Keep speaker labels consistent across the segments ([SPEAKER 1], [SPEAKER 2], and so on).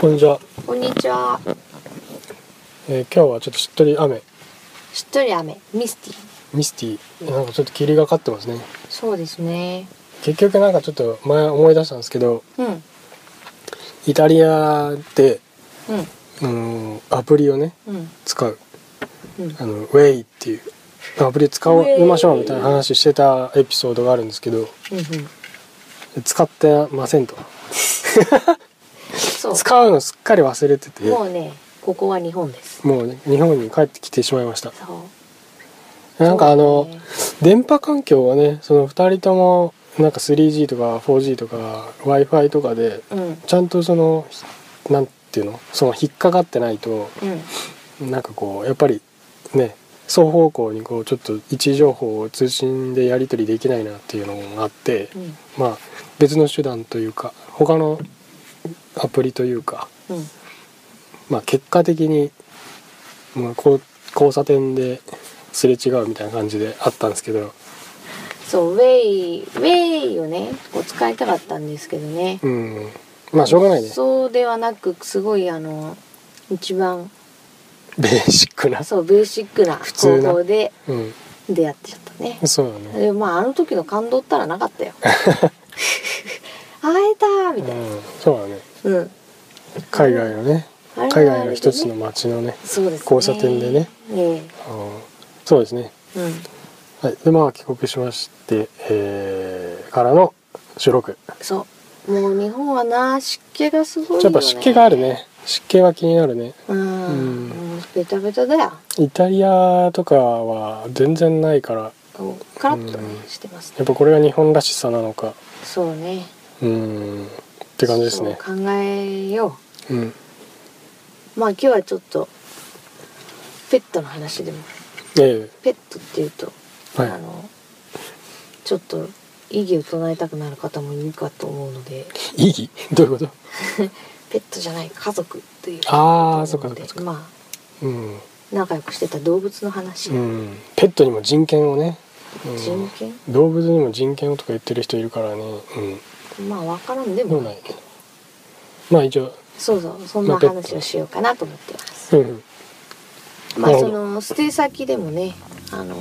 [SPEAKER 1] こんにちは、
[SPEAKER 2] こんにちは。
[SPEAKER 1] えー今日はちょっとしっとり雨
[SPEAKER 2] しっとり雨、ミスティ。
[SPEAKER 1] ミスティなんかちょっと霧がかってますね
[SPEAKER 2] そうですね。
[SPEAKER 1] 結局なんかちょっと前思い出したんですけど
[SPEAKER 2] うん。うん。
[SPEAKER 1] イタリアで、あのーアプリをね
[SPEAKER 2] うん。
[SPEAKER 1] 使う
[SPEAKER 2] うん。
[SPEAKER 1] あのウェイっていうアプリ使おう
[SPEAKER 2] ウェイ
[SPEAKER 1] いましょうみたいな話してたエピソードがあるんですけど
[SPEAKER 2] うん。
[SPEAKER 1] 使ってませんと
[SPEAKER 2] そう。
[SPEAKER 1] 使うのすっかり忘れてて
[SPEAKER 2] もうね、ここは日本です。
[SPEAKER 1] もうね日本に帰ってきてしまいました
[SPEAKER 2] そう。
[SPEAKER 1] なんかあの、
[SPEAKER 2] そうです
[SPEAKER 1] 電波環境はねその2人ともなんか 3G とか 4G とか w i f i とかで
[SPEAKER 2] ね
[SPEAKER 1] ちゃんとそのひなんていうのその引っかかってないと
[SPEAKER 2] うん。うん。
[SPEAKER 1] なんかこうやっぱりね双方向にこうちょっと位置情報を通信でやり取りできないなっていうのがあって、
[SPEAKER 2] うん。
[SPEAKER 1] まあ別の手段というか他のアプリというか、
[SPEAKER 2] うん。
[SPEAKER 1] まあ、結果的に、まあ、こう交差点ですれ違うみたいな感じであったんですけど、
[SPEAKER 2] そう、ウェイ、ウェイをね、こう使いたかったんですけどね。
[SPEAKER 1] うん、まあしょうがないね
[SPEAKER 2] そうではなく、すごいあの、一番、
[SPEAKER 1] ベーシックな。
[SPEAKER 2] そう、ベーシックな
[SPEAKER 1] 通
[SPEAKER 2] 方
[SPEAKER 1] な
[SPEAKER 2] 法で
[SPEAKER 1] うん
[SPEAKER 2] 出会ってちゃったね。
[SPEAKER 1] そうだね。
[SPEAKER 2] でまあ、あの時の感動ったらなかっ たよ。会えたー
[SPEAKER 1] う
[SPEAKER 2] みたいな。
[SPEAKER 1] ん、そうだね。
[SPEAKER 2] うん。
[SPEAKER 1] 海外のね、
[SPEAKER 2] あれはあ
[SPEAKER 1] 海
[SPEAKER 2] れでね
[SPEAKER 1] 外の一つの街のね、
[SPEAKER 2] そうですね。
[SPEAKER 1] 交差点でね
[SPEAKER 2] え
[SPEAKER 1] うんそうですね。
[SPEAKER 2] え。うん。
[SPEAKER 1] はい、でまあ帰国しまして、えーからの収録。
[SPEAKER 2] そう。もう日本はな湿気がすごいよね。
[SPEAKER 1] やっぱ湿気がある。ね。湿気は気になるね。
[SPEAKER 2] うん。
[SPEAKER 1] うん
[SPEAKER 2] もうベタベタだよ。
[SPEAKER 1] イタリアとかは全然ないから、
[SPEAKER 2] こうカラッとねしてます
[SPEAKER 1] や
[SPEAKER 2] ね。
[SPEAKER 1] っぱこれが日本らしさなのか、
[SPEAKER 2] そうね。っ
[SPEAKER 1] うん、って感じですね。
[SPEAKER 2] 考えよ
[SPEAKER 1] うん。
[SPEAKER 2] う。まあ今日はちょっとペットの話でも
[SPEAKER 1] え
[SPEAKER 2] ペットっていうと、
[SPEAKER 1] えは
[SPEAKER 2] あ
[SPEAKER 1] い。
[SPEAKER 2] のちょっと異議を唱えたくなる方もいるかと思うので、
[SPEAKER 1] 意義 どういうこ
[SPEAKER 2] ペットじゃない家族という
[SPEAKER 1] とああ、そっ
[SPEAKER 2] こ
[SPEAKER 1] か
[SPEAKER 2] と
[SPEAKER 1] そっ
[SPEAKER 2] で
[SPEAKER 1] かそっか。
[SPEAKER 2] ま
[SPEAKER 1] うん。
[SPEAKER 2] あ仲良くしてた動物の話。
[SPEAKER 1] うん、ペットにも人権をね、うん
[SPEAKER 2] 人権
[SPEAKER 1] 動物にも人権をとか言ってる人いるからね、
[SPEAKER 2] まあ分からんで
[SPEAKER 1] うん、ど
[SPEAKER 2] も
[SPEAKER 1] う
[SPEAKER 2] な
[SPEAKER 1] ないい
[SPEAKER 2] けど
[SPEAKER 1] まあ一応、
[SPEAKER 2] そうそうそんな話をしようかなと思ってます
[SPEAKER 1] うんうん、
[SPEAKER 2] まあ
[SPEAKER 1] なる
[SPEAKER 2] そ
[SPEAKER 1] ほど
[SPEAKER 2] の捨て先でもねあの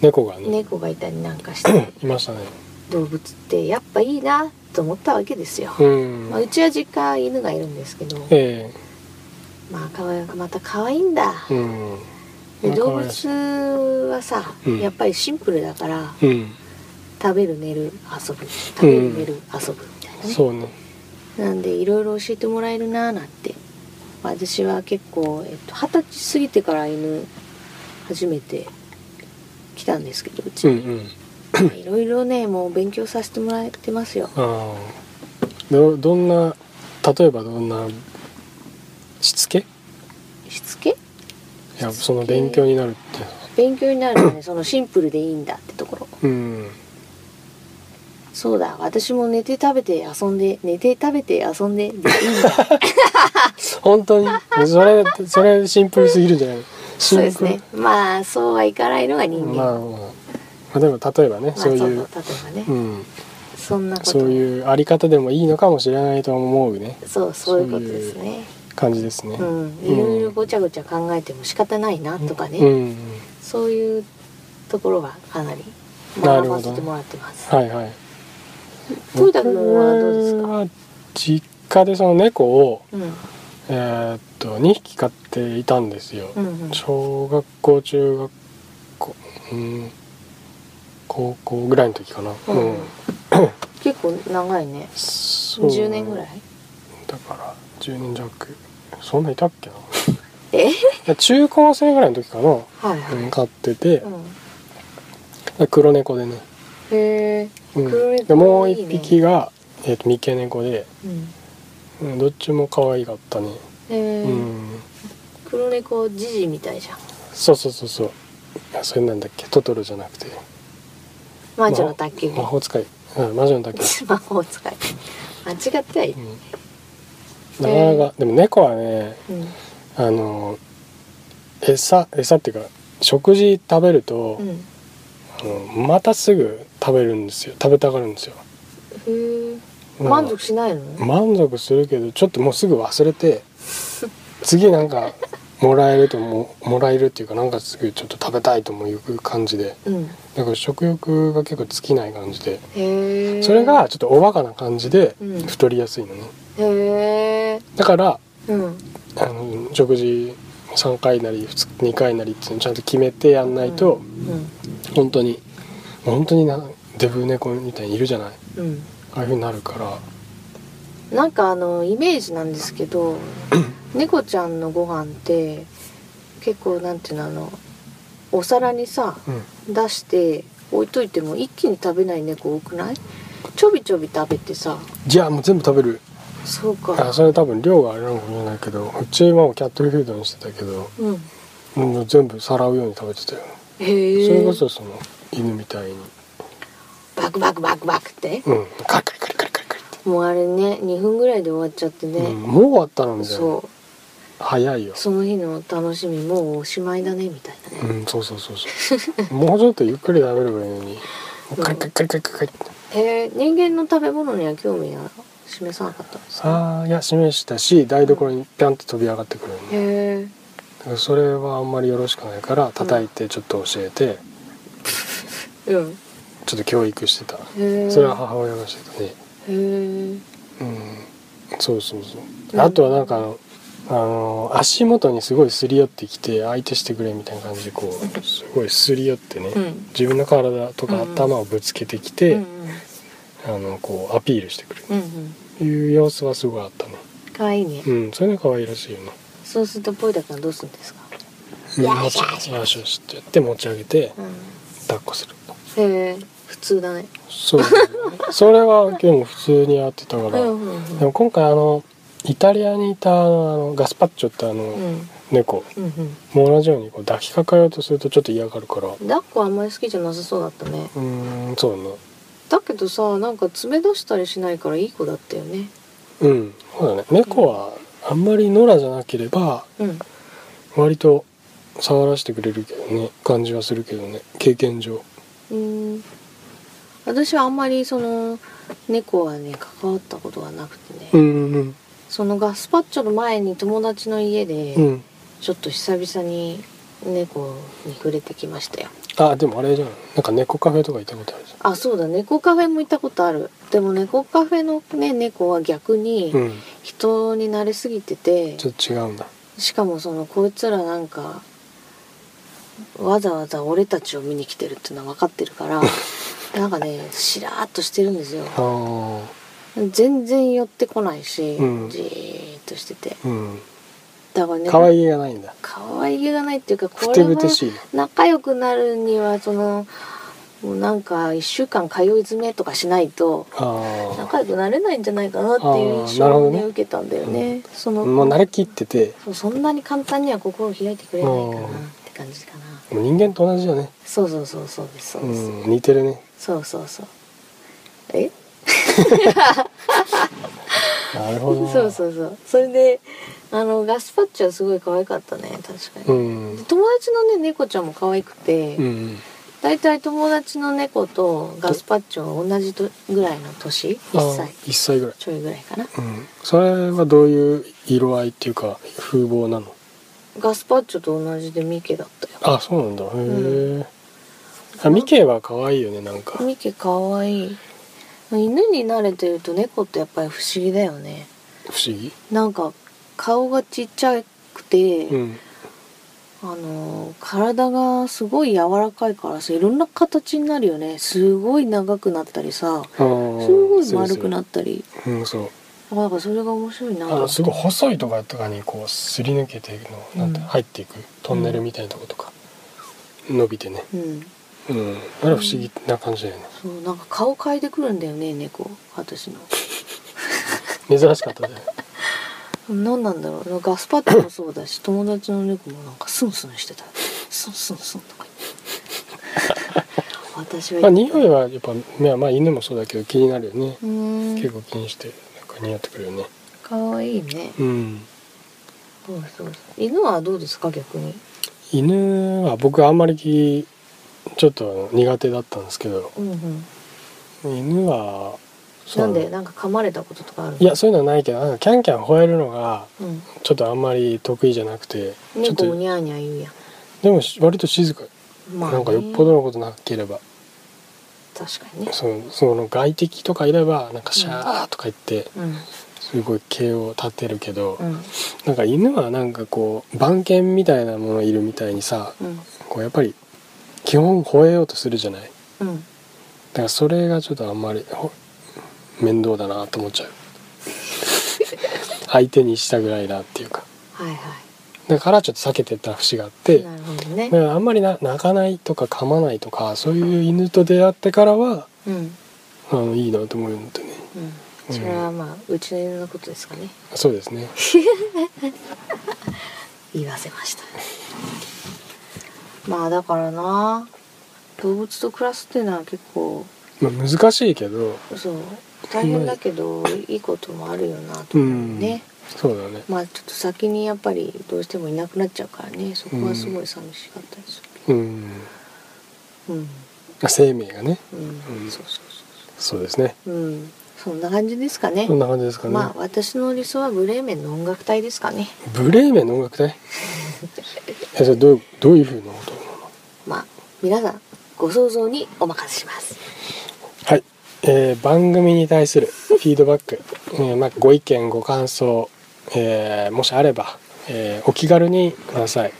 [SPEAKER 1] 猫がね
[SPEAKER 2] 猫がいたりなんかして
[SPEAKER 1] いましたね
[SPEAKER 2] 動物ってやっぱいいなと思ったわけですよ、
[SPEAKER 1] うん、
[SPEAKER 2] まあ、うちは実家犬がいるんですけど
[SPEAKER 1] え
[SPEAKER 2] まあかわいまた可愛いんだ
[SPEAKER 1] えうん
[SPEAKER 2] で動
[SPEAKER 1] 可愛らしい
[SPEAKER 2] 物はさ
[SPEAKER 1] うん
[SPEAKER 2] やっぱりシンプルだから
[SPEAKER 1] うん
[SPEAKER 2] 食べる寝る遊ぶ食べる寝る遊ぶみたいなね
[SPEAKER 1] そうね
[SPEAKER 2] なんでいろいろ教えてもらえるなーなんて私は結構えっと二十、歳過ぎてから犬初めて来たんですけどうち
[SPEAKER 1] うんう
[SPEAKER 2] に
[SPEAKER 1] ん
[SPEAKER 2] まあいろいろねもう勉強させてもらってますよ
[SPEAKER 1] ああどどんな例えばどんなしつけい
[SPEAKER 2] しつけ
[SPEAKER 1] や
[SPEAKER 2] しつけ
[SPEAKER 1] その勉強になるって
[SPEAKER 2] 勉強にな るよねそのシンプルでいいんだってところ
[SPEAKER 1] うん
[SPEAKER 2] そうだ私も寝て食べて遊んで寝て食べて遊んででいいん だ
[SPEAKER 1] 本当 にそれそれシンプルすぎるんじゃないシン
[SPEAKER 2] そう
[SPEAKER 1] プル
[SPEAKER 2] ですねまあそうはいかないのが人間、
[SPEAKER 1] まあ、まあ、でも例えばね、
[SPEAKER 2] まあ
[SPEAKER 1] そういう
[SPEAKER 2] そうそう例えば
[SPEAKER 1] う
[SPEAKER 2] ね、
[SPEAKER 1] ん、
[SPEAKER 2] そんなこと
[SPEAKER 1] そういうあり方でもいいのかもしれないと思うね
[SPEAKER 2] そうそういうことです
[SPEAKER 1] そう
[SPEAKER 2] ね
[SPEAKER 1] 感じですね。
[SPEAKER 2] うん、いろいろごちゃごちゃ考えても仕方ないなとかね、
[SPEAKER 1] うん、
[SPEAKER 2] そういうところはかなり
[SPEAKER 1] なるほ
[SPEAKER 2] 学
[SPEAKER 1] ど
[SPEAKER 2] ばせてもらってます。
[SPEAKER 1] はいはい。
[SPEAKER 2] トイタ君はどうです
[SPEAKER 1] 僕
[SPEAKER 2] か？
[SPEAKER 1] は実家でその猫を
[SPEAKER 2] うん
[SPEAKER 1] えーっと2匹飼っていたんですよ。
[SPEAKER 2] うんうん
[SPEAKER 1] 小学校中学校、うん、高校ぐらいの時かな。
[SPEAKER 2] うん
[SPEAKER 1] うん
[SPEAKER 2] 結構長いね。
[SPEAKER 1] そう
[SPEAKER 2] 10年ぐらい？
[SPEAKER 1] だから10年弱そんない たっけな
[SPEAKER 2] え？
[SPEAKER 1] 中高生ぐらいの時かな、
[SPEAKER 2] はいは
[SPEAKER 1] うん
[SPEAKER 2] い。
[SPEAKER 1] 飼ってて
[SPEAKER 2] う、ん。
[SPEAKER 1] 黒猫でね、
[SPEAKER 2] へえ。
[SPEAKER 1] うん
[SPEAKER 2] 黒猫
[SPEAKER 1] でもう
[SPEAKER 2] いいね
[SPEAKER 1] 一匹が、えー、と三毛猫で、
[SPEAKER 2] うん。
[SPEAKER 1] うん、どっちも可愛かったね、
[SPEAKER 2] へえ
[SPEAKER 1] うん、
[SPEAKER 2] 黒猫ジジみたいじゃん。
[SPEAKER 1] そうそうそうそうあそれなんだっけトトロじゃなくて
[SPEAKER 2] 魔女の宅急
[SPEAKER 1] 魔
[SPEAKER 2] 便。
[SPEAKER 1] 法使い、うん、魔女の宅急
[SPEAKER 2] 魔法使い。間違ってはいる
[SPEAKER 1] 便、。うん、なかなかでも猫はね
[SPEAKER 2] うん。
[SPEAKER 1] あの餌餌っていうか食事食べると、
[SPEAKER 2] うん。
[SPEAKER 1] あのまたすぐ食べるんですよ食べたがるんですよ
[SPEAKER 2] へえ。
[SPEAKER 1] まあ
[SPEAKER 2] 満足しないの、
[SPEAKER 1] 満足するけどちょっともうすぐ忘れて次なんかもらえるとももらえるっていうかなんかすぐちょっと食べたいともいう感じで
[SPEAKER 2] うん
[SPEAKER 1] だから食欲が結構尽きない感じで
[SPEAKER 2] へえ
[SPEAKER 1] それがちょっとおバカな感じで
[SPEAKER 2] うん
[SPEAKER 1] 太りやすいのね
[SPEAKER 2] へえ
[SPEAKER 1] だから
[SPEAKER 2] うん
[SPEAKER 1] あの食事3回なり 2, 回なりっていうのちゃんと決めてやんないと
[SPEAKER 2] うん
[SPEAKER 1] 本当に本当になデブ猫みたいにいるじゃない
[SPEAKER 2] うん
[SPEAKER 1] ああいうふうになるから
[SPEAKER 2] なんかあのイメージなんです けど猫ちゃんのご飯って結構なんていうのあのお皿にさ
[SPEAKER 1] うん
[SPEAKER 2] 出して置いといても一気に食べない猫多くないちょびちょび食べてさ
[SPEAKER 1] じゃあもう全部食べる
[SPEAKER 2] そう
[SPEAKER 1] あ
[SPEAKER 2] か
[SPEAKER 1] それ多分量があれなのかもしれないけどうちはもうキャットフードにしてたけど
[SPEAKER 2] うん
[SPEAKER 1] もう全部さらうように食べてたよ、
[SPEAKER 2] へえ
[SPEAKER 1] それこそその犬みたいに
[SPEAKER 2] バクバクバクバクって、
[SPEAKER 1] うんカリカリカリカリカリカリって、
[SPEAKER 2] もうあれね2分ぐらいで終わっちゃってね、
[SPEAKER 1] うん、もう終わったのみたいな
[SPEAKER 2] そう
[SPEAKER 1] 早いよ
[SPEAKER 2] その日の楽しみもうおしまいだねみたいなね、
[SPEAKER 1] うんそうそうそうそうもうちょっとゆっくり食べればいいのにカリカリカリカリカリって
[SPEAKER 2] へえ人間の食べ物には興味が示さなかったんですか
[SPEAKER 1] さあいや示したし台所にピャンって飛び上がってくるのね
[SPEAKER 2] へえ
[SPEAKER 1] だからそれはあんまりよろしくないから叩いてちょっと教えて
[SPEAKER 2] うん
[SPEAKER 1] ちょっと教育してた
[SPEAKER 2] へえ
[SPEAKER 1] それは母親がしてたね
[SPEAKER 2] へえ
[SPEAKER 1] うんそうそうそううんあとはなんかあのあの足元にすごいすり寄ってきて相手してくれみたいな感じでこうすごいすり寄ってね、
[SPEAKER 2] うん
[SPEAKER 1] 自分の体とか
[SPEAKER 2] うん
[SPEAKER 1] 頭をぶつけてき
[SPEAKER 2] うん
[SPEAKER 1] て、
[SPEAKER 2] うん
[SPEAKER 1] あのこうアピールしてくる
[SPEAKER 2] うんうん
[SPEAKER 1] いう様子はすごいあったね
[SPEAKER 2] かわいいね、
[SPEAKER 1] うんそれが可愛らしいよね
[SPEAKER 2] そうするとポイタ君はどうするんですか
[SPEAKER 1] うん
[SPEAKER 2] よ
[SPEAKER 1] 持
[SPEAKER 2] し
[SPEAKER 1] ち
[SPEAKER 2] よし
[SPEAKER 1] 上げよしよしってやって持ち上げて
[SPEAKER 2] うん
[SPEAKER 1] 抱っこする
[SPEAKER 2] へえ普通だね
[SPEAKER 1] そうだねそれは今日も普通にやってたか
[SPEAKER 2] う
[SPEAKER 1] ら、
[SPEAKER 2] んうん
[SPEAKER 1] で
[SPEAKER 2] うん
[SPEAKER 1] も今回あのイタリアにいたあのガスパッチョってあの、
[SPEAKER 2] うん
[SPEAKER 1] 猫
[SPEAKER 2] うん
[SPEAKER 1] もう同じようにこう抱きかかえようとするとちょっと嫌がるからう
[SPEAKER 2] うん抱っこあんまり好きじゃなさそうだったね
[SPEAKER 1] ーんそうね
[SPEAKER 2] だけどさなんか爪出したりしないからいい子だったよね
[SPEAKER 1] うんそうだね猫はあんまり野良じゃなければ
[SPEAKER 2] うん
[SPEAKER 1] 割と触らせてくれるけどね感じはするけどね経験上
[SPEAKER 2] うん私はあんまりその猫はね関わったことがなくてね、
[SPEAKER 1] うんうん
[SPEAKER 2] そのガスパッチョの前に友達の家で、
[SPEAKER 1] うん
[SPEAKER 2] ちょっと久々に猫に触れてきましたよ
[SPEAKER 1] あでもあれじゃんなんか猫カフェとか行ったことあるじ
[SPEAKER 2] あそうだ猫カフェも行ったことあるでも猫カフェのね猫は逆に
[SPEAKER 1] ゃんうん
[SPEAKER 2] 人に慣れすぎてて、
[SPEAKER 1] ちょっと違うんだ
[SPEAKER 2] しかもそのこいつらなんかわざわざ俺たちを見に来てるっていうのは分かって るからなんかねしらーっとしてるんですよ
[SPEAKER 1] ああ
[SPEAKER 2] 全然寄ってこないし、
[SPEAKER 1] うん
[SPEAKER 2] じーっとしてて
[SPEAKER 1] うん
[SPEAKER 2] だからね
[SPEAKER 1] 可愛げがないんだ
[SPEAKER 2] 可愛げがないっていうかこ
[SPEAKER 1] ふ
[SPEAKER 2] れ
[SPEAKER 1] て
[SPEAKER 2] は
[SPEAKER 1] ぶてしい
[SPEAKER 2] 仲良くなるにはそのもうなんか1週間通い詰めとかしないと
[SPEAKER 1] あ
[SPEAKER 2] 仲良くなれないんじゃないかなっていう印
[SPEAKER 1] あーなるほ
[SPEAKER 2] 象を
[SPEAKER 1] ど
[SPEAKER 2] ね
[SPEAKER 1] ね
[SPEAKER 2] 受けたんだよね、そ
[SPEAKER 1] あ
[SPEAKER 2] の
[SPEAKER 1] もう慣れきってて
[SPEAKER 2] そうそんなに簡単には心を開いてくれないかなって感じかな
[SPEAKER 1] もう人間と同じだね
[SPEAKER 2] そうそうそうそうですそう
[SPEAKER 1] う
[SPEAKER 2] です、
[SPEAKER 1] ん似てるね
[SPEAKER 2] そうそうそうえ
[SPEAKER 1] なるほど
[SPEAKER 2] そうそうそうそれであのガスパッチはすごい可愛かったね確
[SPEAKER 1] う
[SPEAKER 2] かに、
[SPEAKER 1] ん
[SPEAKER 2] 友達のね猫ちゃんも可愛くて、
[SPEAKER 1] うん
[SPEAKER 2] だいたい友達の猫とガスパッチョは同じとぐらいの年1
[SPEAKER 1] あ
[SPEAKER 2] 歳
[SPEAKER 1] 一歳ぐらい、
[SPEAKER 2] ちょいぐらいかな
[SPEAKER 1] うん、それはどういう色合いっていうか風貌なの
[SPEAKER 2] ガスパッチョと同じでミケだったよ
[SPEAKER 1] あそうなんだへえ、
[SPEAKER 2] う
[SPEAKER 1] あミケは可愛いよねなんか
[SPEAKER 2] ミケかわいい犬に慣れてると猫ってやっぱり不思議だよね
[SPEAKER 1] 不思議
[SPEAKER 2] なんか顔がちっちゃくて、
[SPEAKER 1] うん
[SPEAKER 2] あのー体がすごい柔らかいからさいろんな形になるよねすごい長くなったりさ
[SPEAKER 1] あー
[SPEAKER 2] すごい丸くなったり
[SPEAKER 1] するするうんそう
[SPEAKER 2] あなんかそれが面白いな
[SPEAKER 1] あ
[SPEAKER 2] と思
[SPEAKER 1] の
[SPEAKER 2] って
[SPEAKER 1] すごい細いとかとかにこうすり抜けていくのなんて
[SPEAKER 2] うん
[SPEAKER 1] 入っていくトンネルみたいなとことか、伸びてね
[SPEAKER 2] うん
[SPEAKER 1] うんあれは不思議な感じだよね
[SPEAKER 2] そうなんか顔変えてくるんだよね猫私の
[SPEAKER 1] 珍しかったね
[SPEAKER 2] 何なんだろうガスパッチもそうだし友達の猫もなんかスンスンしてたスンスンスンとか言って 私は
[SPEAKER 1] まあ匂いはやっぱまあまあ犬もそうだけど気になるよね、
[SPEAKER 2] うーん
[SPEAKER 1] 結構気にしてなんか似合ってくるよね
[SPEAKER 2] かわいいね
[SPEAKER 1] うん
[SPEAKER 2] そうそうそう犬はどうですか逆に
[SPEAKER 1] 犬は僕あんまりきちょっと苦手だったんですけど
[SPEAKER 2] うんうん
[SPEAKER 1] 犬はそう
[SPEAKER 2] なんでなんか噛まれたこととかある
[SPEAKER 1] いやそういうのはないけどなんかキャンキャン吠えるのが
[SPEAKER 2] うん、
[SPEAKER 1] ちょっとあんまり得意じゃなくてちょっ
[SPEAKER 2] 猫
[SPEAKER 1] と
[SPEAKER 2] もニャーニャー言うや
[SPEAKER 1] でもし割と静か、
[SPEAKER 2] んまあ、ね、
[SPEAKER 1] なんかよっぽどのことなければ
[SPEAKER 2] 確かにね
[SPEAKER 1] そのその外敵とかいればなんかシャーとか言って
[SPEAKER 2] うん
[SPEAKER 1] すごい毛を立てるけど、
[SPEAKER 2] うん
[SPEAKER 1] なんか犬はなんかこう番犬みたいなものいるみたいにさ
[SPEAKER 2] うん
[SPEAKER 1] こうやっぱり基本吠えようとするじゃないだ
[SPEAKER 2] うん
[SPEAKER 1] からそれがちょっとあんまりほ面倒だなと思っちゃう相手にしたぐらいだっていうか
[SPEAKER 2] はいは
[SPEAKER 1] だからちょっと避けてた節があっ
[SPEAKER 2] い
[SPEAKER 1] て
[SPEAKER 2] なるほどね
[SPEAKER 1] だからあんまりな泣かないとか噛まないとかそういう犬と出会ってからは
[SPEAKER 2] うんうん
[SPEAKER 1] あのいいなと思うようになってね
[SPEAKER 2] それはまあうちの犬のことですかね
[SPEAKER 1] そうですね
[SPEAKER 2] 言わせ ましたまあだからな動物と暮らすっていうのは結構
[SPEAKER 1] まあ難しいけど
[SPEAKER 2] そう大変だけどいいこともあるよなと
[SPEAKER 1] う
[SPEAKER 2] 思うんね、
[SPEAKER 1] そうだね
[SPEAKER 2] まあちょっと先にやっぱりどうしてもいなくなっちゃうからねそこはすごい寂しかったです
[SPEAKER 1] うん
[SPEAKER 2] うん
[SPEAKER 1] 生命がね
[SPEAKER 2] うん、
[SPEAKER 1] うん
[SPEAKER 2] そうそうそ
[SPEAKER 1] そうですね
[SPEAKER 2] ううんそんな感じですかね
[SPEAKER 1] こんな感じですかね、
[SPEAKER 2] まあ私の理想はブレーメンの音楽隊ですかね
[SPEAKER 1] ブレーメンの音楽隊えそれどういうどういうふうな音なの
[SPEAKER 2] まあ皆さんご想像にお任せします
[SPEAKER 1] はい、えー番組に対するフィードバック、 えーまあ、ご意見ご感想、えーもしあれば、えーお気軽にください、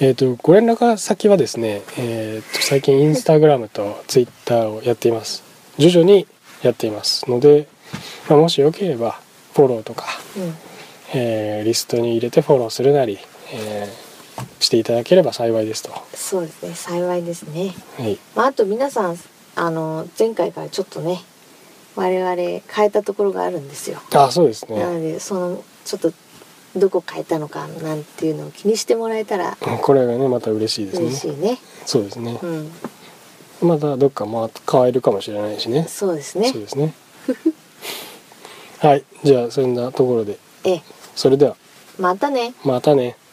[SPEAKER 1] えー、とご連絡先はですね、えーと最近インスタグラムとツイッターをやっています徐々にやっていますので、まあ、もしよければフォローとか、
[SPEAKER 2] うん
[SPEAKER 1] えーリストに入れてフォローするなり、えーしていただければ幸いですと、は
[SPEAKER 2] そうですね幸いですね
[SPEAKER 1] い、
[SPEAKER 2] まあ、あと皆さんあの前回からちょっとね我々変えたところがあるんですよ、
[SPEAKER 1] あそうです
[SPEAKER 2] な
[SPEAKER 1] ね
[SPEAKER 2] のでそのちょっとどこ変えたのかなんていうのを気にしてもらえたら
[SPEAKER 1] これがねまた嬉しいですね
[SPEAKER 2] 嬉しいね
[SPEAKER 1] そうですね、
[SPEAKER 2] うん
[SPEAKER 1] まだどっかまあ変えるかもしれないしね。
[SPEAKER 2] そうです
[SPEAKER 1] そ
[SPEAKER 2] ね
[SPEAKER 1] うですね。 はい、じゃあそんなところで、
[SPEAKER 2] ええ
[SPEAKER 1] それでは
[SPEAKER 2] またね
[SPEAKER 1] またね。
[SPEAKER 2] 「